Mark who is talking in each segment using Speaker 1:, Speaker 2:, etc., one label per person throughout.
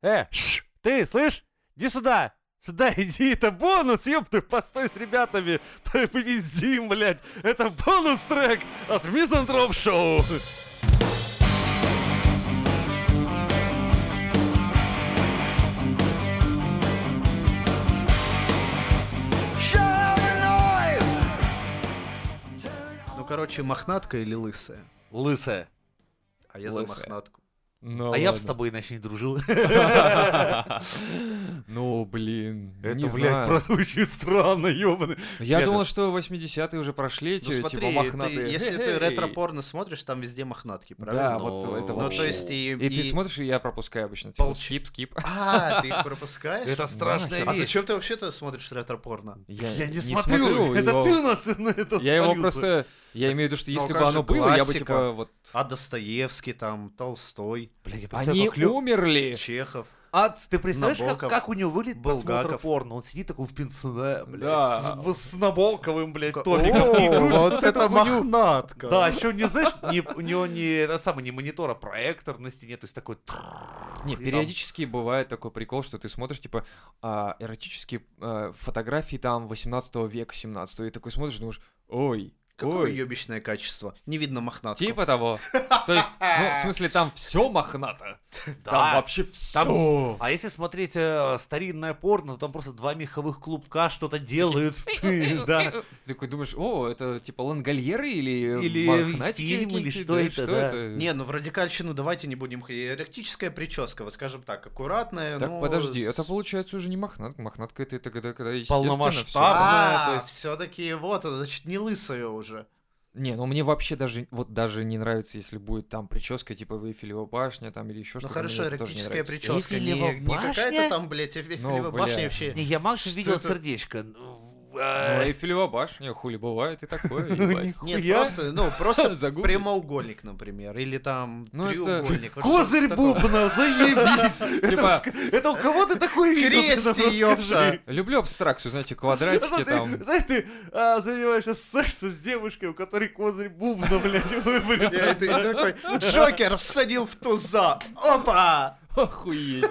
Speaker 1: Э, шш, ты, слышь? Иди сюда! Сюда иди, это бонус, ёпты, постой с ребятами, повезди, им, блядь. Это бонус-трек от Мизантроп Шоу.
Speaker 2: Ну, короче, мохнатка или лысая?
Speaker 1: Лысая.
Speaker 2: А я за
Speaker 3: Лысая.
Speaker 2: мохнатку.
Speaker 3: Ну,
Speaker 1: А я бы с
Speaker 3: ладно.
Speaker 1: тобой иначе не дружил.
Speaker 3: Ну, блин, не
Speaker 1: Это, блядь,
Speaker 3: знаю.
Speaker 1: просто очень странно, ёбаный.
Speaker 3: Я
Speaker 1: это-
Speaker 3: думал, что 80-е уже прошли
Speaker 2: Ну
Speaker 3: эти,
Speaker 2: смотри,
Speaker 3: типа, мохнатые.
Speaker 2: ты- если
Speaker 3: Хе-хей.
Speaker 2: ты ретро-порно смотришь, там везде мохнатки,
Speaker 3: Да,
Speaker 2: правильно?
Speaker 3: вот
Speaker 1: Ну,
Speaker 3: это
Speaker 1: ну,
Speaker 2: Ну,
Speaker 3: вообще.
Speaker 2: то есть и...
Speaker 3: И ты
Speaker 2: и-
Speaker 3: смотришь, и я пропускаю обычно. Типа,
Speaker 2: Получ-
Speaker 3: скип, скип.
Speaker 2: А, ты их пропускаешь?
Speaker 1: Это страшная
Speaker 2: А
Speaker 1: вещь.
Speaker 2: зачем ты вообще-то смотришь ретро-порно?
Speaker 1: Я не смотрю, это
Speaker 3: его-
Speaker 1: ты у нас на это
Speaker 3: Я его
Speaker 1: свалился.
Speaker 3: просто... Я имею в виду, что
Speaker 2: Ну,
Speaker 3: если бы
Speaker 2: как
Speaker 3: оно
Speaker 2: же
Speaker 3: было, я бы,
Speaker 2: классика.
Speaker 3: типа, вот...
Speaker 2: А Достоевский там, Толстой,
Speaker 1: Блядь, я представляю,
Speaker 3: Они
Speaker 1: как Лё-
Speaker 3: умерли
Speaker 2: Чехов.
Speaker 3: от...
Speaker 1: Ты представляешь, как,
Speaker 2: Набоков,
Speaker 1: как у него выглядит просмотр
Speaker 2: Булгаков.
Speaker 1: порно? Он сидит такой в пенсне, блядь,
Speaker 3: Да.
Speaker 1: с, с набоковым, блядь,
Speaker 2: О,
Speaker 1: топиком. и крутит
Speaker 2: вот
Speaker 1: вот
Speaker 2: это
Speaker 1: эту хуйню.
Speaker 2: мохнатка.
Speaker 1: Да, еще не знаешь, не, у него не этот самый не монитор, а проектор на стене, то есть такой. трррр,
Speaker 3: Не,
Speaker 1: и там-
Speaker 3: периодически бывает такой прикол, что ты смотришь, типа, а, эротические а, фотографии там 18 века, 17 и такой смотришь, думаешь, ой,
Speaker 2: Какое
Speaker 3: ой,
Speaker 2: ёбищное качество. Не видно мохнатку.
Speaker 3: типа того. То есть, ну, в смысле, там все мохнато. Там
Speaker 1: Да.
Speaker 3: вообще все.
Speaker 1: А если смотреть э, старинное порно, то там просто два меховых клубка что-то делают, да.
Speaker 3: Ты такой думаешь, о, это типа лангольеры или, э,
Speaker 1: Или
Speaker 3: мохнатики
Speaker 1: фильм, или
Speaker 3: какие-то,
Speaker 1: что
Speaker 3: да,
Speaker 1: это, да.
Speaker 2: Не, ну в радикальщину давайте не будем ходить. Эректическая прическа, вот скажем так, аккуратная.
Speaker 3: Так,
Speaker 2: ну,
Speaker 3: подожди,
Speaker 2: с-
Speaker 3: это получается уже не мохнатка. Мохнатка это, это когда, когда
Speaker 1: Полномасштаб.
Speaker 3: всё.
Speaker 1: Бабная, то
Speaker 2: А,
Speaker 1: есть-
Speaker 2: все-таки вот, оно, значит, не лысая уже.
Speaker 3: Не, ну мне вообще даже, вот даже не нравится, если будет там прическа типа Эйфелева башня там или еще
Speaker 2: Ну
Speaker 3: что-то.
Speaker 2: хорошо,
Speaker 3: мне это тоже не
Speaker 2: эротическая
Speaker 3: нравится.
Speaker 2: прическа. Не,
Speaker 1: Эйфелева
Speaker 2: не какая-то
Speaker 1: башня?
Speaker 2: там, блядь, Эйфелева
Speaker 3: Ну, бля.
Speaker 2: башня вообще.
Speaker 1: Не, я Макс
Speaker 2: Что
Speaker 1: видел
Speaker 2: это?
Speaker 1: сердечко. Ну,
Speaker 3: Ну,
Speaker 1: э,
Speaker 3: Эйфелева башня, хули бывает и такое,
Speaker 1: ну,
Speaker 3: ебать.
Speaker 2: Нет,
Speaker 1: нихуя.
Speaker 2: просто, ну, просто
Speaker 3: Загугли.
Speaker 2: прямоугольник, например, или там
Speaker 3: Ну, это-
Speaker 2: треугольник. вот
Speaker 1: Козырь
Speaker 2: что-то такое.
Speaker 1: бубна, заебись! Это
Speaker 3: Типа-
Speaker 1: раск- Это у кого ты такой видел? Ты нам
Speaker 2: Крест, ёпта.
Speaker 1: расскажи.
Speaker 3: Люблю абстракцию, знаете,
Speaker 1: Что
Speaker 3: квадратики
Speaker 1: ты,
Speaker 3: там.
Speaker 1: Знаешь, ты а, занимаешься сексом с девушкой, у которой козырь бубна, блядь, выбрит.
Speaker 2: Я это и такой, Джокер всадил в туза. Опа!
Speaker 3: Охуеть.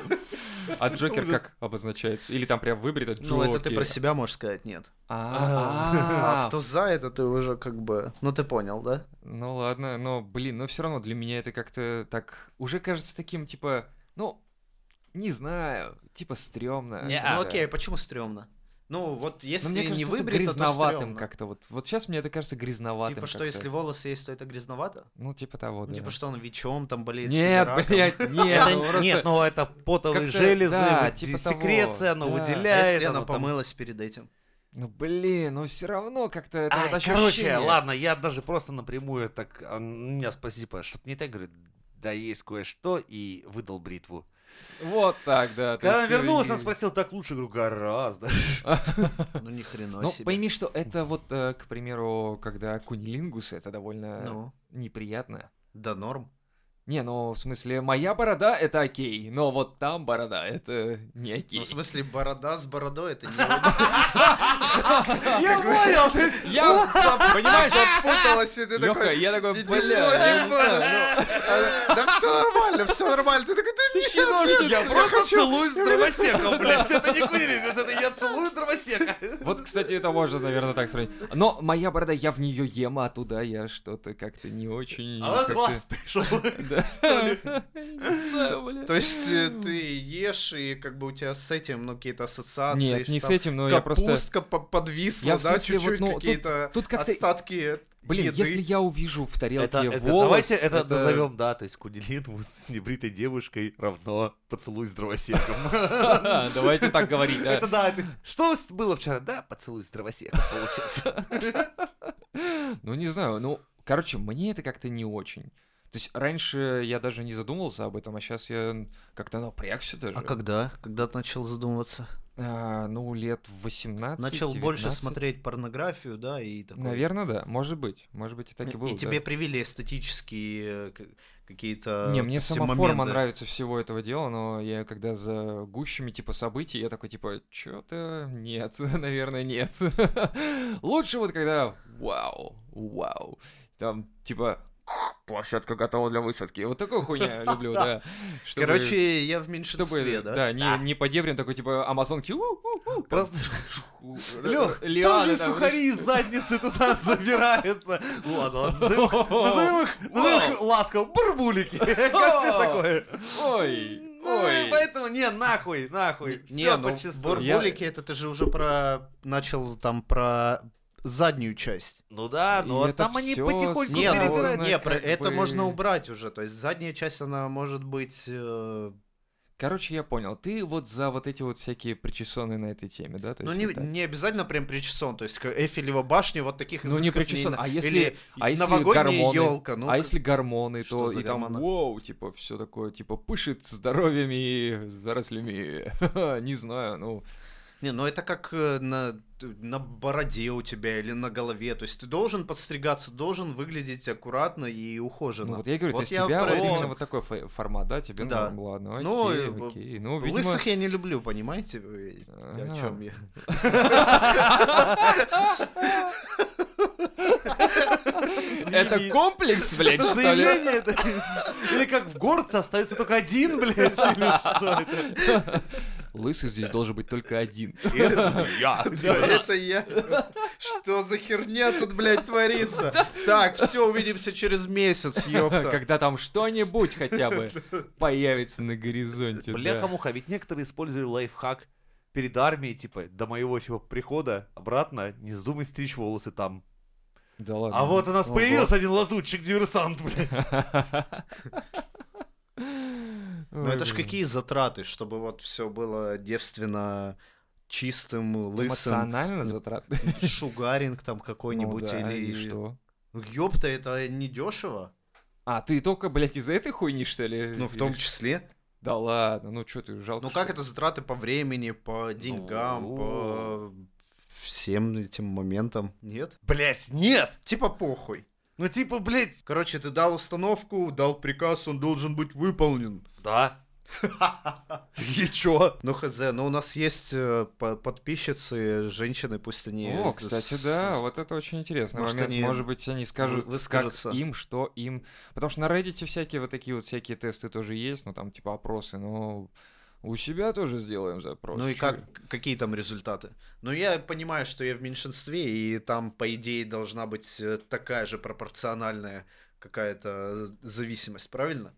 Speaker 3: А Джокер
Speaker 1: Ужас.
Speaker 3: как обозначается? Или там прям выбрито Джокер?
Speaker 2: Ну, это ты про себя можешь сказать, нет.
Speaker 3: А,
Speaker 2: А в туза это ты уже как бы... Ну, ты понял, да?
Speaker 3: Ну ладно, но, блин, но все равно для меня это как-то так... Уже кажется таким, типа, ну, не знаю, типа стрёмно.
Speaker 2: Ну, окей, почему стрёмно? Ну, вот
Speaker 3: Но
Speaker 2: если
Speaker 3: мне
Speaker 2: не
Speaker 3: кажется, это
Speaker 2: выбрито, то
Speaker 3: грязноватым
Speaker 2: стрёмно.
Speaker 3: как-то. Вот, вот сейчас мне это кажется грязноватым
Speaker 2: Типа, что
Speaker 3: как-то.
Speaker 2: если волосы есть, то это грязновато?
Speaker 3: Ну, типа того,
Speaker 2: Ну,
Speaker 3: да.
Speaker 2: Типа, что он ВИЧом там болеет?
Speaker 3: Нет,
Speaker 2: спидораком?
Speaker 3: блядь, нет,
Speaker 1: Это-
Speaker 3: ну просто-
Speaker 1: Нет, ну это потовые
Speaker 3: Как-то,
Speaker 1: железы,
Speaker 3: да,
Speaker 1: вот
Speaker 3: типа
Speaker 1: секреция,
Speaker 3: того,
Speaker 1: оно
Speaker 3: да.
Speaker 2: А
Speaker 1: выделяет.
Speaker 2: если
Speaker 1: оно
Speaker 2: она
Speaker 1: там-
Speaker 2: помылась перед этим?
Speaker 3: Ну, блин, ну все равно как-то это
Speaker 1: Ай,
Speaker 3: вот
Speaker 1: короче,
Speaker 3: ощущение.
Speaker 1: ладно, я даже просто напрямую так, а, меня спасибо, что-то не так, говорю, да есть кое-что, и выдал бритву.
Speaker 3: Вот так, да. то
Speaker 1: Когда она
Speaker 3: есть,
Speaker 1: вернулась,
Speaker 3: э,
Speaker 1: она спросила, так лучше, говорю, гораздо.
Speaker 2: Ну, ни хрена
Speaker 3: Ну,
Speaker 2: себе.
Speaker 3: пойми, что это вот, э, к примеру, когда кунилингус, это довольно
Speaker 2: Ну,
Speaker 3: неприятно.
Speaker 2: да норм.
Speaker 3: Не, ну, в смысле, моя борода — это окей, но вот там борода — это не окей.
Speaker 2: Ну, в смысле, борода с бородой, это не...
Speaker 1: Я понял, то есть-
Speaker 3: Я, понимаешь,
Speaker 2: Запуталась, и ты
Speaker 3: Лёха,
Speaker 2: такой...
Speaker 3: я такой,
Speaker 2: «Не
Speaker 3: бля,
Speaker 2: понял,
Speaker 3: я
Speaker 2: не
Speaker 3: не знаю,
Speaker 2: понял». А, Да все нормально, все нормально. Ты такой, да
Speaker 3: ну, ты
Speaker 2: нет,
Speaker 3: щеночник,
Speaker 1: Я
Speaker 3: сука.
Speaker 1: просто целуюсь с дровосеком, блядь. Это не курили, это я целую дровосека.
Speaker 3: Вот, кстати, это можно, наверное, так сравнить. Но моя борода, я в нее ем, а туда я что-то как-то не очень...
Speaker 1: А
Speaker 3: как-то-
Speaker 1: класс пришел.
Speaker 3: Да. Не знаю, бля.
Speaker 2: То есть э, ты ешь, и как бы у тебя с этим, ну, какие-то ассоциации.
Speaker 3: Нет,
Speaker 2: что
Speaker 3: не с
Speaker 2: там
Speaker 3: этим, но я просто...
Speaker 2: Капустка по- подвисла,
Speaker 3: Я в
Speaker 2: да,
Speaker 3: смысле, вот,
Speaker 2: чуть-чуть
Speaker 3: ну, тут-
Speaker 2: какие-то
Speaker 3: тут как-то-
Speaker 2: остатки
Speaker 3: Блин,
Speaker 2: еды.
Speaker 3: если я увижу в тарелке
Speaker 1: Это, это-
Speaker 3: волос...
Speaker 1: давайте это, назовем, да, то есть кунилингус с небритой девушкой равно поцелуй с дровосеком.
Speaker 3: Давайте так говорить, да.
Speaker 1: Это да, то есть, что с- было вчера? Да, поцелуй с дровосеком получается.
Speaker 3: Ну, не знаю, ну, короче, мне это как-то не очень. То есть раньше я даже не задумывался об этом, а сейчас я как-то напрягся даже.
Speaker 2: А когда? Когда ты начал задумываться?
Speaker 3: А, ну, лет 18
Speaker 2: Начал больше
Speaker 3: 19.
Speaker 2: смотреть порнографию, да, и такой...
Speaker 3: Наверное, да, может быть. Может быть, и так и было.
Speaker 2: И
Speaker 3: да.
Speaker 2: тебе привели эстетические э, к- какие-то
Speaker 3: Не, мне
Speaker 2: эти
Speaker 3: сама форма
Speaker 2: Э, моменты.
Speaker 3: нравится всего этого дела, но я когда за гущами типа событий, я такой типа, что-то нет, наверное, нет. Лучше вот когда вау, вау, там типа площадка готова для высадки. Вот такую хуйню я люблю, да. Чтобы-
Speaker 2: Короче, я в меньшинстве,
Speaker 3: чтобы,
Speaker 2: да?
Speaker 3: да, не, не подеврин такой, типа, амазонки, у, у, у, там,
Speaker 1: Просто-
Speaker 3: у,
Speaker 1: Лёх, тоже
Speaker 3: э, лианы там,
Speaker 1: сухари из задницы туда забираются. Ладно, ладно, назовем назовем их, назовем их ласково, барбулики. Как тебе такое?
Speaker 3: Ой,
Speaker 1: Ну, и
Speaker 3: ой.
Speaker 1: Поэтому, не, нахуй, нахуй.
Speaker 2: Не,
Speaker 1: Все
Speaker 2: ну,
Speaker 1: почистую.
Speaker 2: бурбулики, это ты же уже про... Начал там про заднюю часть.
Speaker 1: Ну да,
Speaker 3: И
Speaker 1: но
Speaker 3: это
Speaker 1: там они
Speaker 3: всё
Speaker 1: потихоньку
Speaker 2: Не, ну,
Speaker 3: перебирать,
Speaker 1: перебирают.
Speaker 2: не,
Speaker 3: как
Speaker 2: про- это
Speaker 3: бы-
Speaker 2: можно убрать уже. То есть задняя часть, она может быть... э,
Speaker 3: Короче, я понял. Ты вот за вот эти вот всякие причесанные на этой теме, да? То
Speaker 2: ну,
Speaker 3: есть
Speaker 2: не,
Speaker 3: вот так.
Speaker 2: не обязательно прям причесон. То есть к- Эйфелева башня, вот таких
Speaker 3: Ну, не
Speaker 2: изысков
Speaker 3: причесон,
Speaker 2: на-
Speaker 3: а если-
Speaker 2: Или
Speaker 3: а если
Speaker 2: новогодняя
Speaker 3: гормоны?
Speaker 2: елка. Ну,
Speaker 3: а если гормоны, то
Speaker 2: что за
Speaker 3: и там
Speaker 2: гормоны?
Speaker 3: вау, типа все такое, типа пышет здоровьем и зарослями. Не знаю, ну
Speaker 2: Не, ну это как э, на, на бороде у тебя или на голове. То есть ты должен подстригаться, должен выглядеть аккуратно и ухоженно.
Speaker 3: Ну, вот я и говорю,
Speaker 2: Вот
Speaker 3: то есть
Speaker 2: я
Speaker 3: тебя
Speaker 2: про
Speaker 3: вот
Speaker 2: это
Speaker 3: именно
Speaker 2: говорю.
Speaker 3: вот такой фо- формат, да, тебе
Speaker 2: Да.
Speaker 3: норм, ладно,
Speaker 2: Ну,
Speaker 3: окей,
Speaker 2: э,
Speaker 3: окей. Ну, видимо...
Speaker 2: Лысых я не люблю, понимаете? вы? Я
Speaker 3: А.
Speaker 2: о чем я?
Speaker 3: Это комплекс, блядь,
Speaker 1: Это
Speaker 3: что ли?
Speaker 1: заявление? это? Или как в горце остается только один, блядь, или что это?
Speaker 3: Лысых здесь должен быть только один.
Speaker 1: Я.
Speaker 2: Да, Это я. Что за херня тут, блядь, творится? Так, все, увидимся через месяц, ёпта.
Speaker 3: Когда там что-нибудь хотя бы появится на горизонте, да.
Speaker 1: Бляха-муха, ведь некоторые использовали лайфхак перед армией, типа, до моего типа, прихода обратно, не вздумай стричь волосы там.
Speaker 3: Да ладно.
Speaker 1: А вот у нас
Speaker 3: Ого.
Speaker 1: появился один лазутчик-диверсант, блядь.
Speaker 2: Ну это ж какие затраты, чтобы вот все было девственно чистым, лысым.
Speaker 3: Эмоционально затратно.
Speaker 2: Шугаринг там какой-нибудь
Speaker 3: Ну да,
Speaker 2: или... Ну,
Speaker 3: и что?
Speaker 2: Ёпта, это не дешево.
Speaker 3: А, ты только, блядь, из-за этой хуйни, что ли?
Speaker 2: Ну, в том
Speaker 3: Или-
Speaker 2: числе.
Speaker 3: Да ладно, ну что ты, жалко,
Speaker 2: Ну как
Speaker 3: что ли?
Speaker 2: это затраты по времени, по деньгам,
Speaker 3: Ну.
Speaker 2: по всем этим моментам? Нет?
Speaker 1: Блядь, нет!
Speaker 2: Типа похуй.
Speaker 1: Ну типа, блядь,
Speaker 2: Короче, ты дал установку, дал приказ, он должен быть выполнен.
Speaker 1: да. И чё?
Speaker 2: Ну хз, но у нас есть э, по- подписчицы, женщины, пусть они...
Speaker 3: О, кстати,
Speaker 2: с-
Speaker 3: да, вот это очень интересный
Speaker 2: Может,
Speaker 3: момент.
Speaker 2: они
Speaker 3: Может быть, они скажут, как
Speaker 2: выскажутся.
Speaker 3: им, что им. Потому что на Reddit всякие вот такие вот всякие тесты тоже есть, ну там типа опросы, но у себя тоже сделаем запрос.
Speaker 2: Ну и
Speaker 3: Чё?
Speaker 2: как, какие там результаты? Ну я понимаю, что я в меньшинстве, и там, по идее, должна быть э, такая же пропорциональная какая-то э, зависимость, правильно?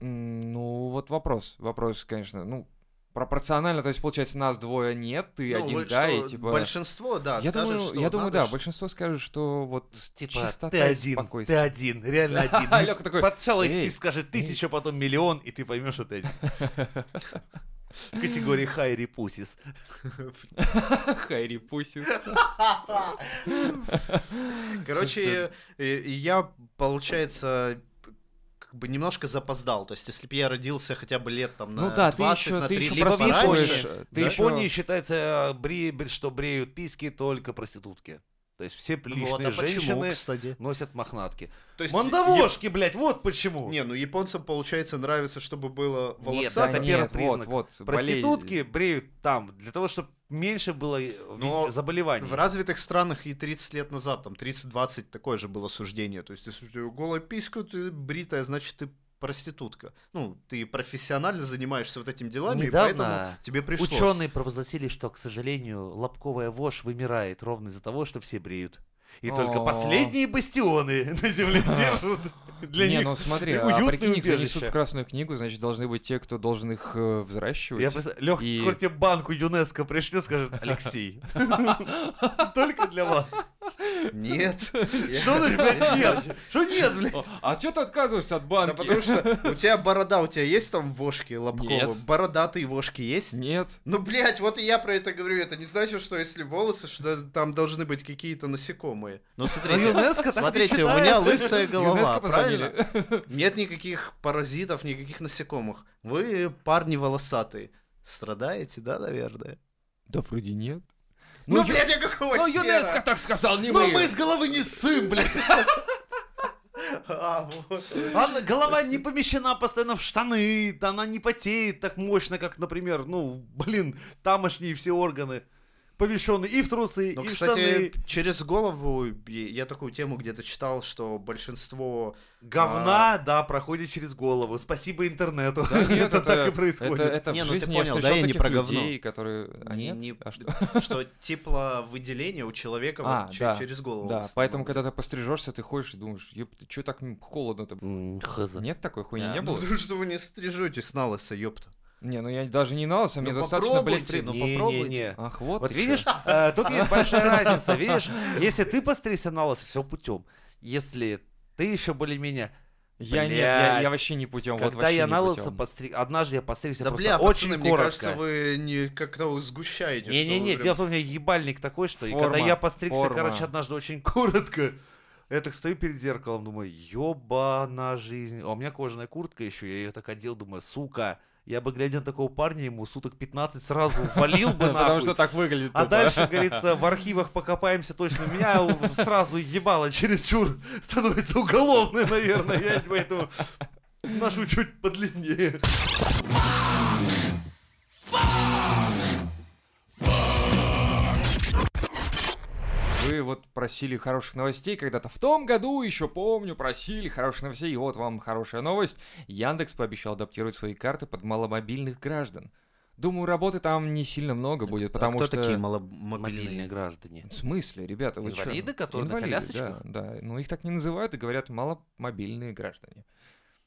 Speaker 3: М, Ну, вот вопрос. Вопрос, конечно, ну, пропорционально, то есть, получается, нас двое нет, ты
Speaker 2: Ну,
Speaker 3: один,
Speaker 2: вы-
Speaker 3: да,
Speaker 2: что
Speaker 3: и типа.
Speaker 2: Большинство, да,
Speaker 3: я
Speaker 2: скажет,
Speaker 3: думаю,
Speaker 2: что
Speaker 3: я думаю,
Speaker 2: надо,
Speaker 3: да,
Speaker 2: что-
Speaker 3: большинство скажет, что вот
Speaker 1: Типа,
Speaker 3: чистота
Speaker 1: ты
Speaker 3: и
Speaker 1: один, ты
Speaker 3: спокойствие.
Speaker 1: один, реально
Speaker 3: А
Speaker 1: один.
Speaker 3: Лёха такой,
Speaker 1: Под целый
Speaker 3: «Эй,
Speaker 1: ты скажет тысяча, потом миллион, и ты поймешь, что ты один. В категории high repusis.
Speaker 3: Хайри Пусис.
Speaker 2: Короче, э, э, я, получается, как бы немножко запоздал. То есть, если бы я родился хотя бы лет там
Speaker 3: Ну
Speaker 2: на
Speaker 3: да, ты
Speaker 2: 20,
Speaker 3: еще,
Speaker 2: на
Speaker 3: ты
Speaker 2: 30
Speaker 3: еще
Speaker 1: либо
Speaker 2: пораньше,
Speaker 3: просвоишь.
Speaker 1: В
Speaker 3: Ты
Speaker 1: Японии
Speaker 3: еще
Speaker 1: считается, э, бре- бре- что бреют письки только проститутки. То есть все
Speaker 2: Вот,
Speaker 1: приличные
Speaker 2: а почему,
Speaker 1: женщины
Speaker 2: кстати?
Speaker 1: носят мохнатки.
Speaker 2: То есть,
Speaker 1: Мандавошки, блядь, вот
Speaker 2: я-
Speaker 1: почему.
Speaker 2: Не, ну японцам, получается, нравится, чтобы было
Speaker 1: да
Speaker 3: Да
Speaker 2: волосато.
Speaker 1: это первый
Speaker 3: нет, вот,
Speaker 1: признак.
Speaker 3: вот, болезнь.
Speaker 1: Проститутки бреют там, для того, чтобы меньше было э, ви-
Speaker 2: Но
Speaker 1: заболеваний.
Speaker 2: В развитых странах и 30 лет назад, там 30-20, такое же было суждение. То есть, если у тебя голая писька, ты бритая, значит, ты проститутка. Ну, ты профессионально занимаешься вот этим делами, и
Speaker 1: Недавно
Speaker 2: поэтому тебе пришлось.
Speaker 1: Ученые провозгласили, что, к сожалению, лобковая вошь вымирает ровно из-за того, что все бреют. И только
Speaker 3: О.
Speaker 1: последние бастионы на земле держат для
Speaker 3: не,
Speaker 1: них.
Speaker 3: ну смотри, а
Speaker 1: уютное
Speaker 3: прикинь, их занесут
Speaker 1: убежище.
Speaker 3: в Красную книгу, значит, должны быть те, кто должен их э,
Speaker 2: ну,
Speaker 3: взращивать.
Speaker 1: Я просто... Лех,
Speaker 3: И-
Speaker 1: скоро тебе банку ЮНЕСКО пришлет, скажет, Алексей, только для вас.
Speaker 2: Нет.
Speaker 1: Что значит, блядь, нет? Что нет, блядь?
Speaker 3: О, А что ты отказываешься от
Speaker 2: Да
Speaker 3: банки?
Speaker 2: потому что у тебя борода, у тебя есть там вошки лобковые?
Speaker 3: Нет.
Speaker 2: Бородатые вошки есть?
Speaker 3: Нет.
Speaker 2: Ну, блядь, вот и я про это говорю. Это не значит, что если волосы, что там должны быть какие-то насекомые. Ну, смотрите,
Speaker 1: А ЮНЕСКО так не
Speaker 2: смотрите, у
Speaker 1: считает.
Speaker 2: меня лысая голова,
Speaker 3: ЮНЕСКО
Speaker 2: правильно?
Speaker 3: позвонили.
Speaker 2: Нет никаких паразитов, никаких насекомых. Вы, парни волосатые, страдаете, да, наверное?
Speaker 3: Да вроде нет.
Speaker 2: Ну,
Speaker 3: ю-
Speaker 2: блядь, я какого
Speaker 3: ну,
Speaker 2: хера?
Speaker 3: ЮНЕСКО так сказал, не
Speaker 1: Ну
Speaker 3: мы.
Speaker 1: мы из головы не ссым, блядь.
Speaker 2: А, вот.
Speaker 1: Она- голова не помещена постоянно в штаны, да она не потеет так мощно, как, например, ну, блин, тамошние все органы. помещенный и в трусы,
Speaker 3: Ну,
Speaker 1: и
Speaker 2: Но,
Speaker 1: в штаны.
Speaker 2: Ну, кстати, через голову я я такую тему где-то читал, что большинство...
Speaker 3: а,
Speaker 1: Говна, да, проходит через голову. Спасибо интернету.
Speaker 3: Да нет,
Speaker 1: это, так и происходит.
Speaker 3: Это, это
Speaker 2: Не,
Speaker 3: в
Speaker 2: ну ты
Speaker 3: жизни я
Speaker 2: понял,
Speaker 3: встречал
Speaker 2: да, я не
Speaker 3: таких
Speaker 2: про говно.
Speaker 3: людей, которые... А
Speaker 2: не-
Speaker 3: нет?
Speaker 2: не-
Speaker 3: А что?
Speaker 2: Что тепловыделение у человека вот
Speaker 3: А,
Speaker 2: че-
Speaker 3: да,
Speaker 2: через голову. в
Speaker 3: Да,
Speaker 2: основном.
Speaker 1: ну.
Speaker 3: поэтому, когда ты пострижешься, ты ходишь и думаешь, ёп, что так м, холодно-то? Нет такой хуйни,
Speaker 2: Да,
Speaker 3: не
Speaker 2: ну
Speaker 3: было?
Speaker 2: Потому что вы не стрижетесь на лысо, ёпта.
Speaker 3: Не, ну я даже не на лысо,
Speaker 2: Ну
Speaker 3: мне достаточно, блядь,
Speaker 2: попробуйте,
Speaker 3: при-
Speaker 2: ну
Speaker 1: Не-не-не.
Speaker 2: попробуйте.
Speaker 3: Ах, вот,
Speaker 1: Вот
Speaker 3: ты чё.
Speaker 1: видишь, э, тут есть большая разница. Видишь, если ты постригся на лысо, все путем. Если ты еще более-менее...
Speaker 3: Я нет, я, я
Speaker 1: Блядь.
Speaker 3: вообще не путем. вот
Speaker 1: Когда
Speaker 3: вообще
Speaker 1: я
Speaker 3: не
Speaker 1: на
Speaker 3: путём.
Speaker 1: лысо постриг... Однажды я постригся
Speaker 2: Да
Speaker 1: просто
Speaker 2: бля,
Speaker 1: очень
Speaker 2: пацаны, мне
Speaker 1: коротко.
Speaker 2: кажется, вы не как-то сгущаете. что
Speaker 1: Не-не-не,
Speaker 2: вы прям-
Speaker 1: дело в том, у меня ебальник такой, что и когда
Speaker 3: Форма,
Speaker 1: я постригся,
Speaker 3: форма.
Speaker 1: короче, однажды очень коротко, я так стою перед зеркалом, думаю, ёбана жизнь. А у меня кожаная куртка еще, я ее так одел, думаю, сука, я бы, глядя на такого парня, ему суток 15 сразу валил бы
Speaker 3: Потому
Speaker 1: нахуй.
Speaker 3: что так выглядит.
Speaker 1: А
Speaker 3: тупо.
Speaker 1: дальше, говорится, в архивах покопаемся точно. Меня у- сразу ебало чересчур. Становится уголовной, наверное. Я поэтому ношу чуть подлиннее.
Speaker 3: Вы вот просили хороших новостей когда-то. В том году, еще помню, просили хороших новостей. И вот вам хорошая новость. Яндекс пообещал адаптировать свои карты под маломобильных граждан. Думаю, работы там не сильно много будет, потому
Speaker 2: а кто
Speaker 3: что...
Speaker 2: такие маломобильные?
Speaker 1: граждане.
Speaker 3: В смысле, ребята, вы чё?
Speaker 1: Инвалиды, которые на
Speaker 3: Инвалиды,
Speaker 1: колясочках?
Speaker 3: Да, да. Но их так не называют и говорят маломобильные граждане.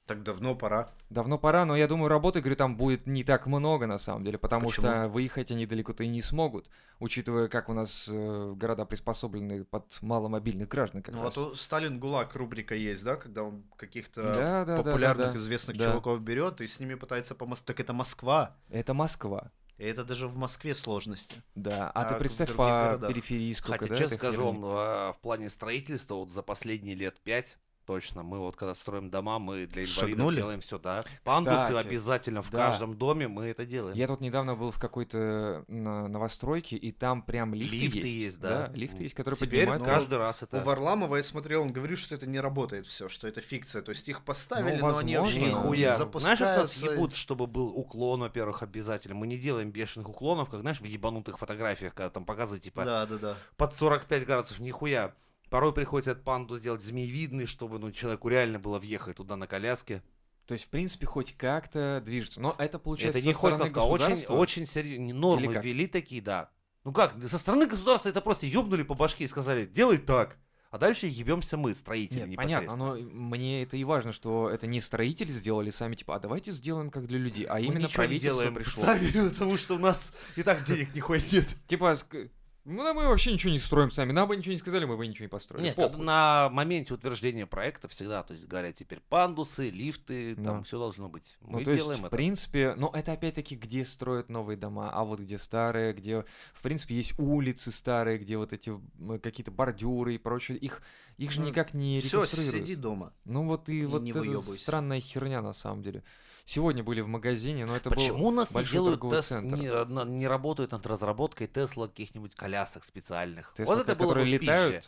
Speaker 2: Так давно пора.
Speaker 3: Давно пора, но я думаю, работы, говорю, там будет не так много на самом деле, потому
Speaker 2: Почему?
Speaker 3: что выехать они далеко-то и не смогут, учитывая, как у нас э, города приспособлены под маломобильных граждан. Как
Speaker 2: ну
Speaker 3: раз.
Speaker 2: а то Сталин ГУЛАГ рубрика есть, да, когда он каких-то
Speaker 3: Да, да, да, да,
Speaker 2: популярных
Speaker 3: да.
Speaker 2: известных
Speaker 3: Да.
Speaker 2: чуваков берет и с ними пытается помочь. Так это Москва.
Speaker 3: Это Москва.
Speaker 2: И это даже в Москве сложности.
Speaker 3: Да, а,
Speaker 2: А
Speaker 3: ты
Speaker 2: в
Speaker 3: представь
Speaker 2: других
Speaker 3: по
Speaker 2: городах?
Speaker 3: периферии сколько,
Speaker 1: Хотя,
Speaker 3: да,
Speaker 1: честно
Speaker 3: этой
Speaker 1: скажу,
Speaker 3: херни?
Speaker 1: вам, э, в плане строительства вот за последние лет пять точно мы вот когда строим дома, мы для инвалидов
Speaker 2: Шагнули?
Speaker 1: делаем все, да. Пандусы
Speaker 3: Кстати,
Speaker 1: обязательно в
Speaker 3: да.
Speaker 1: каждом доме мы это делаем.
Speaker 3: Я тут недавно был в какой-то на- новостройке, и там прям лифты,
Speaker 1: Лифты
Speaker 3: есть.
Speaker 1: есть, да.
Speaker 3: лифты есть, которые
Speaker 1: Теперь
Speaker 3: поднимают.
Speaker 2: ну,
Speaker 3: кажд-
Speaker 1: каждый раз это...
Speaker 2: У Варламова я смотрел, он говорит, что это не работает все, что это фикция. То есть их поставили,
Speaker 3: Ну,
Speaker 2: но они вообще
Speaker 3: возможно.
Speaker 1: Нихуя.
Speaker 2: не
Speaker 1: Знаешь, как нас
Speaker 2: запускаются.
Speaker 1: ебут, чтобы был уклон, во-первых, обязательно. Мы не делаем бешеных уклонов, как, знаешь, в ебанутых фотографиях, когда там показывают, типа,
Speaker 2: Да, да, да.
Speaker 1: под 45 градусов, нихуя. Порой приходится этот панду сделать змеевидный, чтобы ну, человеку реально было въехать туда на коляске.
Speaker 3: То есть, в принципе, хоть как-то движется. Но это получается
Speaker 1: это не
Speaker 3: со
Speaker 1: хоть
Speaker 3: стороны
Speaker 1: как а очень,
Speaker 3: государства.
Speaker 1: очень серьезно. Нормы
Speaker 3: Или как?
Speaker 1: ввели такие, да. Ну как, со стороны государства это просто ёбнули по башке и сказали, делай так. А дальше ебемся мы, строители,
Speaker 3: Нет, понятно,
Speaker 1: непосредственно.
Speaker 3: но мне это и важно, что это не строители сделали сами, типа, а давайте сделаем как для людей, а
Speaker 1: Мы
Speaker 3: именно
Speaker 1: ничего не
Speaker 3: правительство
Speaker 1: делаем
Speaker 3: пришло.
Speaker 1: сами, потому что у нас и так денег нихуя нет.
Speaker 3: Типа, ск- ну да мы вообще ничего не строим сами, нам бы ничего не сказали, мы бы ничего не построили.
Speaker 1: Нет,
Speaker 3: Похуй.
Speaker 1: на моменте утверждения проекта всегда, то есть говорят теперь пандусы, лифты,
Speaker 3: Да.
Speaker 1: там все должно быть. Мы
Speaker 3: Ну, то есть,
Speaker 1: делаем
Speaker 3: в
Speaker 1: это.
Speaker 3: принципе, но это опять-таки, где строят новые дома, а вот где старые, где, в принципе, есть улицы старые, где вот эти м, какие-то бордюры и прочее, их, их же
Speaker 2: Ну,
Speaker 3: никак не
Speaker 2: Все,
Speaker 3: реконструируют.
Speaker 2: сиди дома.
Speaker 3: Ну вот и,
Speaker 2: и
Speaker 3: вот
Speaker 2: не
Speaker 3: эта
Speaker 2: выёбывайся.
Speaker 3: странная херня на самом деле. Сегодня были в магазине, но это был
Speaker 1: Почему у нас не
Speaker 3: большой
Speaker 1: делают
Speaker 3: торговый
Speaker 1: тест,
Speaker 3: центр.
Speaker 1: не, на- не работают над разработкой Тесла каких-нибудь колясок специальных?
Speaker 3: Тесла,
Speaker 1: вот это было бы
Speaker 3: которые летают,
Speaker 1: пизже.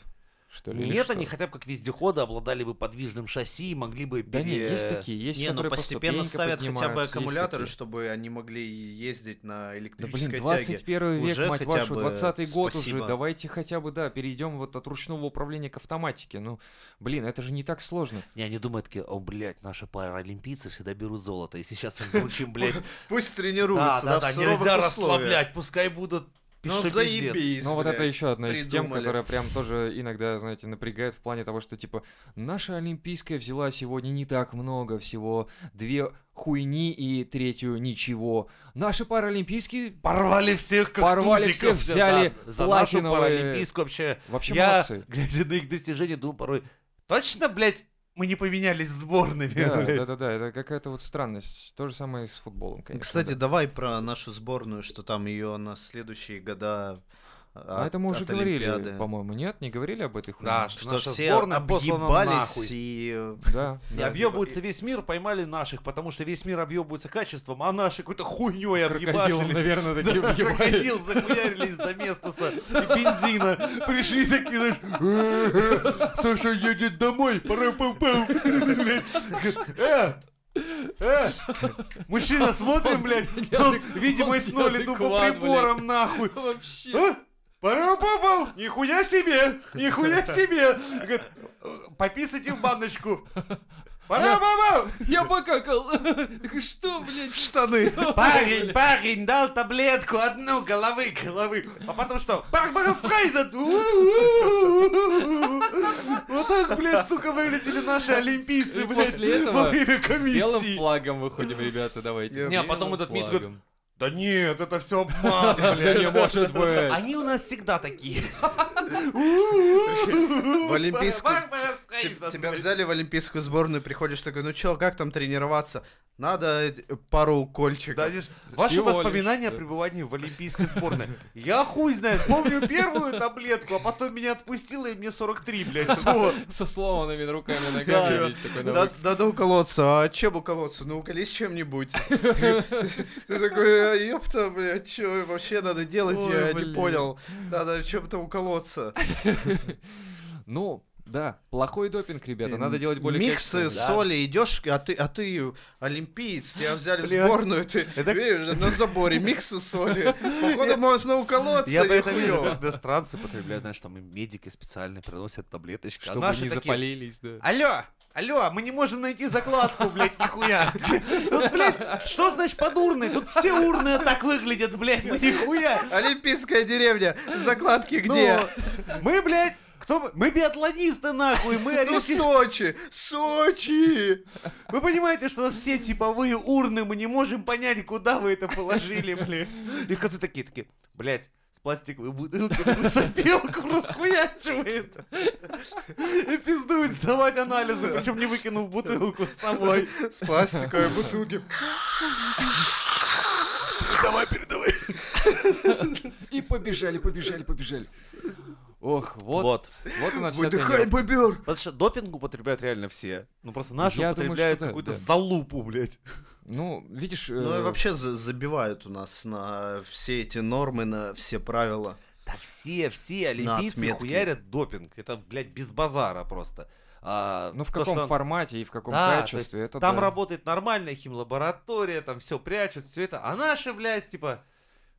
Speaker 3: что ли? или
Speaker 1: Нет,
Speaker 3: что?
Speaker 1: они хотя бы как вездеходы обладали бы подвижным шасси и могли бы...
Speaker 3: Да нет,
Speaker 1: пере-
Speaker 3: есть такие, есть
Speaker 2: не, ну
Speaker 3: которые по
Speaker 2: постепенно
Speaker 3: ступеньке
Speaker 2: ставят хотя бы
Speaker 3: поднимаются, есть
Speaker 2: аккумуляторы,
Speaker 3: такие.
Speaker 2: чтобы они могли ездить на
Speaker 3: Да блин,
Speaker 2: электрической тяге.
Speaker 3: 21 век,
Speaker 2: Уже
Speaker 3: мать
Speaker 2: хотя
Speaker 3: вашу,
Speaker 2: бы
Speaker 3: 20 год уже,
Speaker 2: спасибо.
Speaker 3: давайте хотя бы, да, перейдем вот от ручного управления к автоматике. Ну, блин, это же не так сложно.
Speaker 1: Не, они думают такие, о, блядь, наши паралимпийцы всегда берут золото, и сейчас им вручим, блядь,
Speaker 2: Пусть
Speaker 1: да,
Speaker 2: тренируются,
Speaker 1: да,
Speaker 2: да,
Speaker 1: да,
Speaker 2: в суровых
Speaker 1: нельзя
Speaker 2: условиях.
Speaker 1: расслаблять, пускай будут...
Speaker 2: Ну
Speaker 1: что пиздец.
Speaker 2: заебись,
Speaker 3: Ну вот это
Speaker 2: блядь.
Speaker 3: еще одна из тем,
Speaker 2: придумали.
Speaker 3: которая прям тоже иногда, знаете, напрягает в плане того, что типа наша Олимпийская взяла сегодня не так много всего, две хуйни и третью ничего. Наши Паралимпийские
Speaker 1: Порвали всех, как
Speaker 3: Порвали
Speaker 1: тузиков,
Speaker 3: всех, взяли
Speaker 1: да, за нашу
Speaker 3: платиновые.
Speaker 1: паралимпийскую вообще.
Speaker 3: вообще
Speaker 1: Я,
Speaker 3: молодцы.
Speaker 1: глядя на их достижения, думаю порой, точно, блядь, мы не поменялись сборными,
Speaker 3: Да,
Speaker 1: блядь?»
Speaker 3: да, да, да, это какая-то вот странность. То же самое и с футболом, конечно.
Speaker 2: Кстати,
Speaker 3: да.
Speaker 2: давай про нашу сборную, что там ее на следующие года
Speaker 3: А
Speaker 2: от-
Speaker 3: это мы уже
Speaker 2: от
Speaker 3: говорили,
Speaker 2: Олимпиады.
Speaker 3: по-моему, нет? Не говорили об этой хуйне?
Speaker 1: Да,
Speaker 2: Что
Speaker 1: Наша
Speaker 2: все
Speaker 1: сборная послана
Speaker 2: объебались
Speaker 1: нахуй.
Speaker 2: и...
Speaker 3: Да,
Speaker 1: И
Speaker 3: да.
Speaker 1: объебывается весь мир, поймали наших, потому что весь мир объебывается качеством, а наши какой-то хуйней
Speaker 3: Крокодилом,
Speaker 1: объебашили.
Speaker 3: наверное, такие
Speaker 1: Да,
Speaker 3: въебали.
Speaker 1: крокодил захуярились до Местоса и бензина. Пришли такие, знаешь, «Э, э, Саша едет домой, пора пам Э, э, мужчина, смотрим, блядь, он, видимо,
Speaker 3: он
Speaker 1: с ноль
Speaker 3: идёт и
Speaker 1: иду по
Speaker 3: клад,
Speaker 1: приборам, нахуй.
Speaker 3: Вообще.
Speaker 1: А? Пора попал! Нихуя себе! Нихуя себе! Говорит, пописайте в баночку. Пора попал!
Speaker 3: Я покакал. Так Что, блядь?
Speaker 2: В штаны.
Speaker 1: Парень, парень, дал таблетку одну, головы, головы. А потом что? Барбара Стрейзен! Вот так, блядь, сука, выглядели наши олимпийцы,
Speaker 3: И
Speaker 1: блядь,
Speaker 3: после этого
Speaker 1: во время
Speaker 3: С белым
Speaker 1: комиссии.
Speaker 3: флагом выходим, ребята, давайте. с
Speaker 1: Не, а потом
Speaker 3: белым
Speaker 1: этот мисс говорит,
Speaker 3: флагом.
Speaker 1: Да нет, это все обман, блядь.
Speaker 3: Да не может быть.
Speaker 1: Они у нас всегда такие.
Speaker 2: В олимпийскую...
Speaker 1: Барбара
Speaker 2: Те-
Speaker 1: Стрейзанд,
Speaker 2: Тебя
Speaker 1: блядь.
Speaker 2: взяли в олимпийскую сборную, приходишь такой, ну чё, как там тренироваться? Надо э, пару укольчиков.
Speaker 1: Да, они ж- ваши
Speaker 3: Всего лишь,
Speaker 1: воспоминания
Speaker 3: да.
Speaker 1: о пребывании в Олимпийской сборной. Я хуй знает, помню первую таблетку, а потом меня отпустило, и мне 43, блядь. всего.
Speaker 3: Со сломанными руками,
Speaker 2: Да.
Speaker 3: ногами весь такой
Speaker 2: Да-
Speaker 3: навык.
Speaker 2: Надо уколоться. А чем уколоться? Ну, уколись чем-нибудь. Ты такой, «А, ёпта, блядь, что вообще надо делать?
Speaker 3: Ой,
Speaker 2: Я
Speaker 3: блин.
Speaker 2: не понял. Надо чем-то уколоться.
Speaker 3: Ну, да, плохой допинг, ребята, надо делать более
Speaker 2: Миксы
Speaker 3: качественным.
Speaker 2: соли, идешь, а ты, а ты олимпиец, тебя взяли в
Speaker 1: Блядь.
Speaker 2: сборную, ты
Speaker 1: Это-
Speaker 2: видишь, на заборе миксы соли. Походу можно уколоться.
Speaker 1: Я бы
Speaker 2: и
Speaker 1: это видел,
Speaker 2: хуёво.
Speaker 1: как иностранцы потребляют, знаешь, там им медики специально приносят таблеточки. А
Speaker 3: Чтобы
Speaker 1: наши
Speaker 3: не
Speaker 1: такие, А,
Speaker 3: запалились, да.
Speaker 1: Алло, алло, мы не можем найти закладку, блядь, нихуя. Тут, блядь, что значит под урной? Тут все урны так выглядят, блядь, мы нихуя.
Speaker 2: Олимпийская деревня, закладки где?
Speaker 1: Ну, мы, блядь, кто мы? Мы биатлонисты, нахуй, мы
Speaker 2: Ну,
Speaker 1: ориентиры.
Speaker 2: Сочи! Сочи!
Speaker 1: Вы понимаете, что у нас все типовые урны, мы не можем понять, куда вы это положили, блядь. И котцы такие, такие, блядь, с пластиковой бутылки такую сопелку расхуячивает. И пиздует сдавать анализы, причем не выкинув бутылку с собой.
Speaker 2: С пластиковой бутылки.
Speaker 1: Давай, передавай.
Speaker 3: И побежали, побежали, побежали. Ох, вот, вот,
Speaker 1: Вот.
Speaker 3: она вся
Speaker 2: Выдыхай,
Speaker 3: тренировка.
Speaker 2: бобер!
Speaker 1: Потому что допинг употребляют реально все. Ну просто наши
Speaker 3: Я думаю,
Speaker 1: употребляют
Speaker 3: что да,
Speaker 1: какую-то
Speaker 3: да.
Speaker 1: залупу, блядь.
Speaker 3: Ну, видишь, э,
Speaker 2: Ну и вообще за- забивают у нас на все эти нормы, на все правила.
Speaker 1: Да все, все олимпийцы
Speaker 2: отметки.
Speaker 1: хуярят допинг. Это, блядь, без базара просто. А,
Speaker 3: ну в
Speaker 1: то,
Speaker 3: каком
Speaker 1: что-
Speaker 3: формате и в каком
Speaker 1: Да, то есть
Speaker 3: качестве, это
Speaker 1: там
Speaker 3: да.
Speaker 1: работает нормальная химлаборатория, там все прячут, все это. А наши, блядь, типа,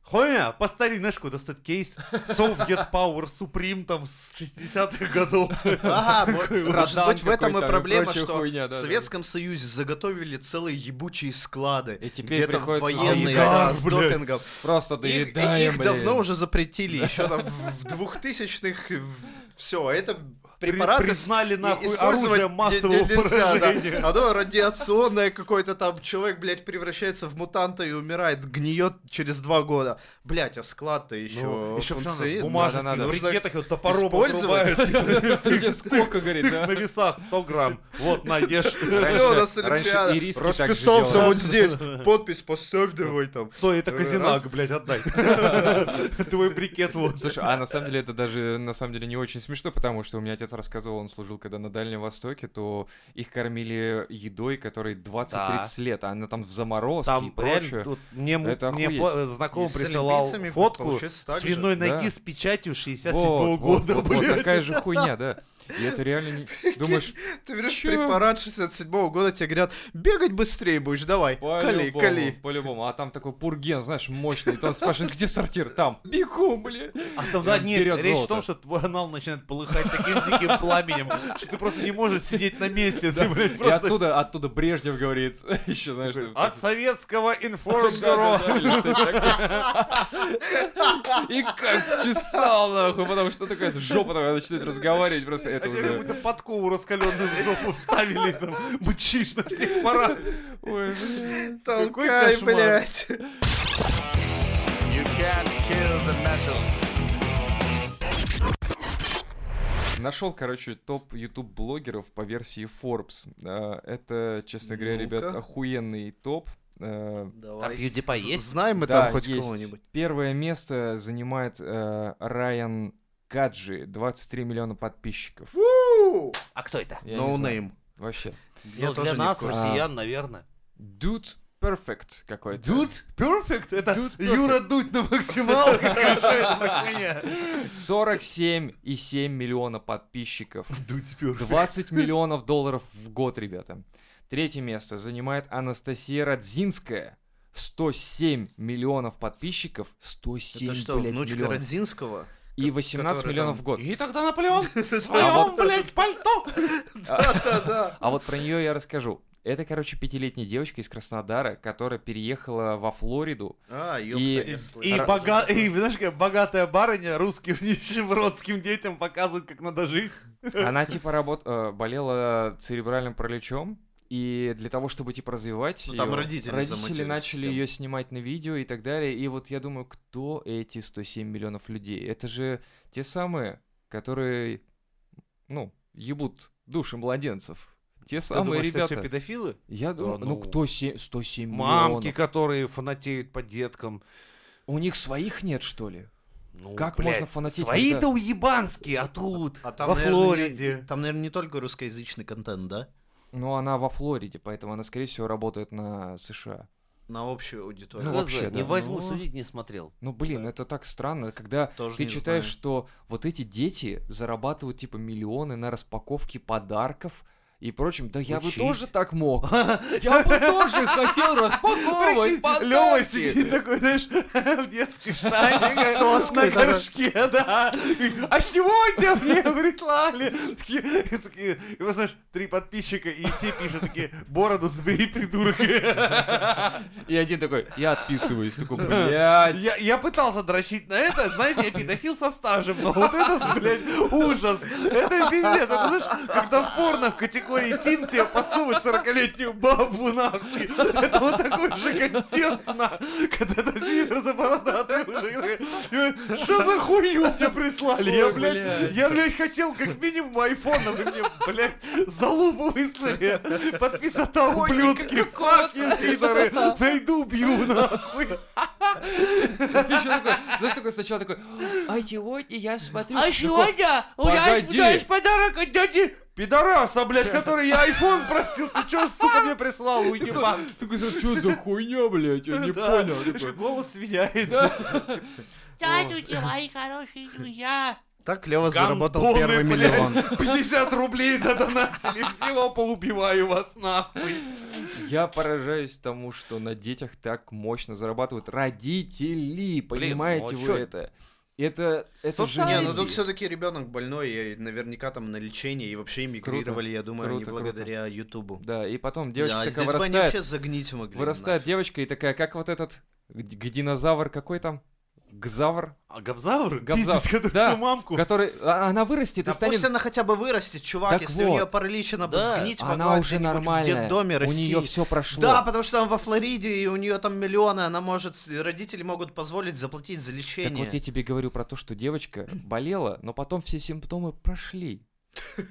Speaker 1: хуйня, по старинке, знаешь, куда стоит кейс? Soviet Power Supreme там с 60-х годов.
Speaker 2: Ага, вот, может
Speaker 3: Родан
Speaker 2: быть в этом
Speaker 3: какой-то
Speaker 2: и
Speaker 3: и
Speaker 2: проблема,
Speaker 3: прочая
Speaker 2: что
Speaker 3: хуйня,
Speaker 2: в
Speaker 3: да, да.
Speaker 2: Советском Союзе заготовили целые ебучие склады.
Speaker 3: И теперь
Speaker 2: Где-то
Speaker 3: приходится-
Speaker 2: военные
Speaker 1: Олигарх,
Speaker 2: да, с
Speaker 1: блядь.
Speaker 2: допингом.
Speaker 3: Просто
Speaker 2: И- и-
Speaker 3: доедаем,
Speaker 2: их давно
Speaker 3: блин.
Speaker 2: уже запретили, еще там в в 2000-х все, это препараты с-
Speaker 1: Признали
Speaker 2: И
Speaker 1: нахуй
Speaker 2: использовать
Speaker 1: оружие
Speaker 2: не-
Speaker 1: массового
Speaker 2: не- нельзя, да.
Speaker 1: поражения.
Speaker 2: Оно радиационное какой-то там. Человек, блядь, превращается в мутанта и умирает, гниет через два года. Блядь, а склад-то еще
Speaker 1: еще
Speaker 2: функционирует.
Speaker 1: бумажных,
Speaker 3: Надо,
Speaker 1: в
Speaker 2: Ну, надо.
Speaker 1: брикетах его топором
Speaker 2: использовать.
Speaker 1: отрубают. типа,
Speaker 3: Где сколько, говорит,
Speaker 1: Тык
Speaker 3: да?
Speaker 1: на весах 100 грамм. Вот, на, ешь.
Speaker 2: Всё, у нас
Speaker 3: раньше
Speaker 2: Олимпиада.
Speaker 3: ириски так же
Speaker 2: Расписался
Speaker 3: делали.
Speaker 2: вот здесь. Подпись поставь давай там.
Speaker 1: Что это казинак,
Speaker 2: Раз.
Speaker 1: блядь, отдай. Твой брикет вот.
Speaker 3: Слушай, а на самом деле это даже на самом деле не очень смешно, потому что у меня отец рассказывал, он служил когда на Дальнем Востоке, то их кормили едой, которой 20-30 лет, а она там в заморозке и
Speaker 1: Там реально,
Speaker 3: прочее.
Speaker 1: тут мне, м-
Speaker 3: Это
Speaker 1: мне
Speaker 3: охуеть.
Speaker 1: пла- знакомый
Speaker 2: И с
Speaker 1: присылал
Speaker 2: олимпийцами
Speaker 1: фотку
Speaker 2: получается так же.
Speaker 1: свиной
Speaker 3: Да.
Speaker 1: ноги с печатью 67
Speaker 3: Вот, вот,
Speaker 1: года,
Speaker 3: вот, вот
Speaker 1: блядь.
Speaker 3: такая же хуйня, да. И это реально не... Думаешь,
Speaker 2: Ты берешь
Speaker 3: Чё?
Speaker 2: препарат 67-го года, тебе говорят, бегать быстрее будешь, давай, кали,
Speaker 3: по-любому,
Speaker 2: кали.
Speaker 3: по-любому. А там такой пурген, знаешь, мощный. Там спрашивает, где сортир? Там. Бегу, блин.
Speaker 1: А там, да, нет,
Speaker 3: Берет
Speaker 1: речь в
Speaker 3: золото.
Speaker 1: том, что твой анал начинает полыхать таким диким пламенем, что ты просто не можешь сидеть на месте. Ты, блядь,
Speaker 3: И
Speaker 1: просто... «А
Speaker 3: оттуда, оттуда Брежнев говорит. Еще, знаешь, там-
Speaker 1: От советского информбюро.
Speaker 3: Да-да-да, или что-то такое. И как чесал, нахуй, потому что такая жопа такая начинает разговаривать, просто
Speaker 1: А
Speaker 3: это
Speaker 1: тебе
Speaker 3: уже...
Speaker 1: какую-то подкову раскаленную в жопу вставили, и там мучишь на всех парах.
Speaker 3: Ой, блин.
Speaker 1: Какой
Speaker 2: Толкай,
Speaker 1: кошмар.
Speaker 2: блядь.
Speaker 3: Нашел, короче, топ YouTube блогеров по версии Forbes. А, Это, честно говоря,
Speaker 2: Ну-ка.
Speaker 3: ребят, охуенный топ. А,
Speaker 2: Давай.
Speaker 1: PewDiePie
Speaker 2: Знаем мы
Speaker 3: да,
Speaker 2: там хоть
Speaker 3: есть.
Speaker 2: кого-нибудь.
Speaker 3: Первое место занимает э, Райан Каджи, 23 миллиона подписчиков.
Speaker 2: Фу!
Speaker 1: А кто это?
Speaker 3: Я не
Speaker 2: No
Speaker 3: знаю.
Speaker 2: name.
Speaker 3: Вообще.
Speaker 2: Я тоже не в курсе.
Speaker 3: россиян,
Speaker 1: наверное.
Speaker 3: Dude Perfect какой-то.
Speaker 1: Дудь? Перфект? Это
Speaker 3: Dude Perfect.
Speaker 1: Юра Дудь на максималке. какая-то хуйня.
Speaker 3: 47,7 миллиона подписчиков.
Speaker 1: Дудь Перфект.
Speaker 3: 20 миллионов долларов в год, ребята. Третье место занимает Анастасия Радзинская. 107 миллионов подписчиков. 107,
Speaker 2: Это что,
Speaker 3: блядь,
Speaker 2: внучка
Speaker 3: миллионов.
Speaker 2: Родзинского,
Speaker 3: и 18
Speaker 2: который
Speaker 3: миллионов
Speaker 2: там-
Speaker 3: в год.
Speaker 1: И тогда Наполеон в
Speaker 3: А
Speaker 1: своем,
Speaker 3: вот-
Speaker 1: блядь, пальто.
Speaker 2: Да-да-да.
Speaker 3: А вот про нее я расскажу. Это, короче, пятилетняя девочка из Краснодара, которая переехала во Флориду.
Speaker 2: А,
Speaker 3: И-
Speaker 2: ёпта, я слышал.
Speaker 1: И, бога... и знаешь, как богатая барыня русским нищебродским детям показывает, как надо жить.
Speaker 3: Она типа работ... э, болела церебральным параличом. И для того, чтобы типа развивать,
Speaker 2: Ну, там
Speaker 3: её,
Speaker 2: родители
Speaker 3: родители
Speaker 2: замутили
Speaker 3: начали
Speaker 2: систему.
Speaker 3: ее снимать на видео и так далее. И вот я думаю, кто эти 107 миллионов людей? Это же те самые, которые, ну, ебут души младенцев. Те самые ребята.
Speaker 1: все педофилы?
Speaker 3: Я думаю, ну,
Speaker 1: ну.
Speaker 3: кто се- 107
Speaker 1: Мамки,
Speaker 3: миллионов?
Speaker 1: которые фанатеют по деткам.
Speaker 3: У них своих нет, что ли?
Speaker 1: Ну,
Speaker 3: Как
Speaker 1: блядь,
Speaker 3: можно фанатеть,
Speaker 1: Свои-то
Speaker 3: когда-
Speaker 1: уебанские, а тут,
Speaker 2: А там,
Speaker 1: во
Speaker 2: наверное, не-
Speaker 1: Флориде.
Speaker 2: Там, наверное, не только русскоязычный контент, да?
Speaker 3: Ну, она во Флориде, поэтому она, скорее всего, работает на США.
Speaker 2: На общую аудиторию.
Speaker 3: Ну, вообще,
Speaker 1: Хз, не
Speaker 3: да.
Speaker 1: возьму,
Speaker 2: Ну.
Speaker 1: судить не смотрел.
Speaker 3: Ну, блин, это так странно, когда
Speaker 2: Тоже
Speaker 3: ты
Speaker 2: не
Speaker 3: читаешь,
Speaker 2: знаю.
Speaker 3: что вот эти дети зарабатывают, типа, миллионы на распаковке подарков и прочем. Да я бы
Speaker 1: Учись.
Speaker 3: тоже так мог. Я бы тоже хотел распаковывать
Speaker 1: Лёва
Speaker 3: подарки.
Speaker 1: сидит такой, знаешь, в детской штане, на
Speaker 2: соской, да-да.
Speaker 1: горшке, да. И, А сегодня мне прислали. Такие, такие, и вот, знаешь, три подписчика, и те пишут такие, бороду сбери, придурок.
Speaker 3: И один такой, я отписываюсь, такой, блядь.
Speaker 1: Я, я пытался дрочить на это, знаете, я педофил со стажем, но вот этот, блядь, ужас. Это пиздец. Это, знаешь, когда в порно в категории тин тебе подсовывают 40-летнюю бабу, нахуй. Это вот такой же контент, на, когда ты сидишь за бородатой уже. такой, Что за хую мне прислали? Я,
Speaker 3: Ой,
Speaker 1: блядь,
Speaker 3: блядь.
Speaker 1: я, блядь, хотел как минимум айфона, вы мне, блядь, залупу выслали. Подписота
Speaker 3: Ой,
Speaker 1: ублюдки,
Speaker 3: какого-то.
Speaker 1: факин, пидоры, найду, бью, нахуй.
Speaker 3: Ещё такой, знаешь, такой сначала такой, а сегодня я смотрю...
Speaker 1: А
Speaker 3: такой,
Speaker 1: сегодня у меня есть- у
Speaker 3: погоди.
Speaker 1: меня есть подарок от дяди Пидораса, блядь, который я iPhone просил. Ты чё, сука, мне прислал, уебан?
Speaker 3: Такой, что за хуйня, блядь, я не
Speaker 1: Да,
Speaker 3: понял. типа.
Speaker 1: ещё
Speaker 3: Такой,
Speaker 1: Голос меняет.
Speaker 4: Здравствуйте, мои хорошие друзья!
Speaker 2: Так Лева заработал
Speaker 1: Гандоны,
Speaker 2: первый
Speaker 1: блядь,
Speaker 2: миллион.
Speaker 1: 50 рублей задонатили, всего поубиваю вас нахуй.
Speaker 3: Я поражаюсь тому, что на детях так мощно зарабатывают родители, понимаете
Speaker 1: ну а
Speaker 3: вы
Speaker 1: чё?
Speaker 3: это? Это, это же
Speaker 2: Не,
Speaker 3: не
Speaker 2: ну тут
Speaker 3: люди.
Speaker 2: все-таки ребенок больной, и наверняка там на лечении, и вообще эмигрировали, я думаю, они
Speaker 3: Круто, круто.
Speaker 2: благодаря Ютубу.
Speaker 3: Да, и потом
Speaker 2: Да,
Speaker 3: девочка
Speaker 2: а
Speaker 3: такая
Speaker 2: здесь бы они вообще
Speaker 3: вырастает,
Speaker 2: загнить могли.
Speaker 3: вырастает
Speaker 2: нахуй.
Speaker 3: девочка и такая, как вот этот г- г- динозавр, какой там? Гзавр,
Speaker 1: А Габзавр?
Speaker 3: Габзавр,
Speaker 1: Пиздец, который
Speaker 3: да.
Speaker 1: всю мамку.
Speaker 3: который... а- Она вырастет
Speaker 2: Да
Speaker 3: и станет...
Speaker 2: пусть она хотя бы вырастет, чувак,
Speaker 3: Так
Speaker 2: если у
Speaker 3: вот.
Speaker 2: нее паралич, она бы
Speaker 1: Да.
Speaker 2: сгнить
Speaker 3: Она
Speaker 2: могла
Speaker 3: уже
Speaker 2: где-нибудь в
Speaker 3: нормальная,
Speaker 2: детдоме
Speaker 3: у
Speaker 2: России.
Speaker 3: нее все прошло.
Speaker 2: Да, потому что она во Флориде, и у нее там миллионы, она может, с- родители могут позволить заплатить за лечение.
Speaker 3: Так вот я тебе говорю про то, что девочка болела, но потом все симптомы прошли.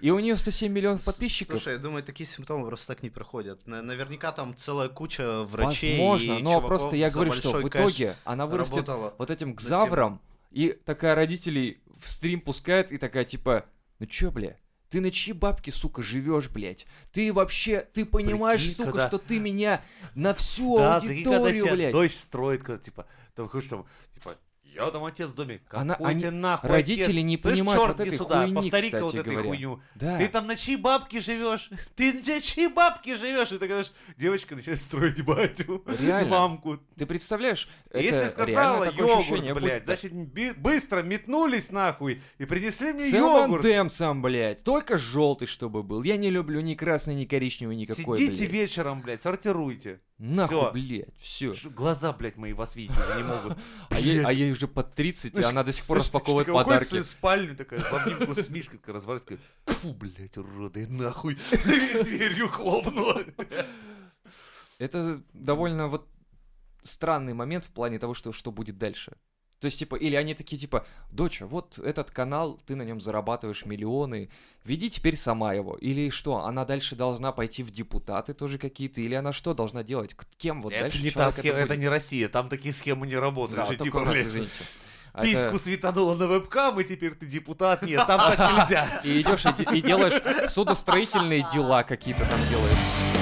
Speaker 3: И у нее 107 миллионов подписчиков.
Speaker 2: Слушай, я думаю, такие симптомы просто так не проходят. На- Наверняка там целая куча врачей
Speaker 3: Возможно,
Speaker 2: и
Speaker 3: но
Speaker 2: чуваков
Speaker 3: просто я
Speaker 2: за
Speaker 3: говорю, что
Speaker 2: большой
Speaker 3: в
Speaker 2: кэш
Speaker 3: итоге она вырастет
Speaker 2: работала.
Speaker 3: вот этим гзавром, и такая родителей в стрим пускает, и такая типа, ну чё, бля, ты на чьи бабки, сука, живешь, блядь? Ты вообще, ты понимаешь,
Speaker 1: Прикинь,
Speaker 3: сука,
Speaker 1: когда-
Speaker 3: что ты меня на всю
Speaker 1: Да, прикинь, когда
Speaker 3: типа аудиторию,
Speaker 1: тебя
Speaker 3: блядь.
Speaker 1: дочь строит, когда, типа, ты выходишь там, типа, я там отец в доме. Какой
Speaker 3: Она- они-
Speaker 1: ты нахуй
Speaker 3: родители
Speaker 1: отец?
Speaker 3: не
Speaker 1: Слышь,
Speaker 3: понимают
Speaker 1: чёрт,
Speaker 3: вот
Speaker 1: иди
Speaker 3: этой
Speaker 1: сюда,
Speaker 3: хуйни,
Speaker 1: повтори-ка вот
Speaker 3: кстати
Speaker 1: этой
Speaker 3: говоря.
Speaker 1: хуйню.
Speaker 3: Да.
Speaker 1: Ты там на чьи бабки живешь? Ты на чьи бабки живешь? И такая знаешь, девочка начинает строить батю,
Speaker 3: Реально.
Speaker 1: мамку.
Speaker 3: Ты представляешь? это
Speaker 1: Если
Speaker 3: реально
Speaker 1: сказала
Speaker 3: такое
Speaker 1: йогурт,
Speaker 3: ощущение будет,
Speaker 1: блядь,
Speaker 3: да.
Speaker 1: значит, би- быстро метнулись нахуй и принесли мне
Speaker 3: С
Speaker 1: йогурт.
Speaker 3: сам, блядь. Только желтый, чтобы был. Я не люблю ни красный, ни коричневый, никакой,
Speaker 1: Сидите
Speaker 3: блядь.
Speaker 1: вечером, блядь, сортируйте.
Speaker 3: Нахуй,
Speaker 1: Всё.
Speaker 3: блядь, все.
Speaker 1: Ш- Глаза, блядь, мои вас видеть уже не могут.
Speaker 3: А ей, а ей уже под 30, и
Speaker 1: Знаешь,
Speaker 3: она до сих пор распаковывает
Speaker 1: Такая уходит в
Speaker 3: подарки.
Speaker 1: свою спальню, такая, в обнимку с Мишкой, такая разворачивается, такая, фу, блядь, уроды, нахуй. И Дверью хлопнула.
Speaker 3: А Это довольно вот странный момент в плане того, что, что будет дальше. То есть, типа, или они такие, типа, доча, вот этот канал, ты на нем зарабатываешь миллионы, веди теперь сама его. Или что, она дальше должна пойти в депутаты тоже какие-то, или она что должна делать? К- Кем вот
Speaker 1: Это
Speaker 3: дальше
Speaker 1: не та
Speaker 3: человек
Speaker 1: схема,
Speaker 3: будет?
Speaker 1: это не Россия, там такие схемы не работают.
Speaker 3: Да,
Speaker 1: Ты
Speaker 3: вот только
Speaker 1: типа,
Speaker 3: у нас,
Speaker 1: блядь,
Speaker 3: извините. А это-
Speaker 1: Письку светанула на вебкам, и теперь ты депутат. Нет, там так нельзя.
Speaker 3: И идешь и, де- и делаешь судостроительные дела какие-то там делаешь.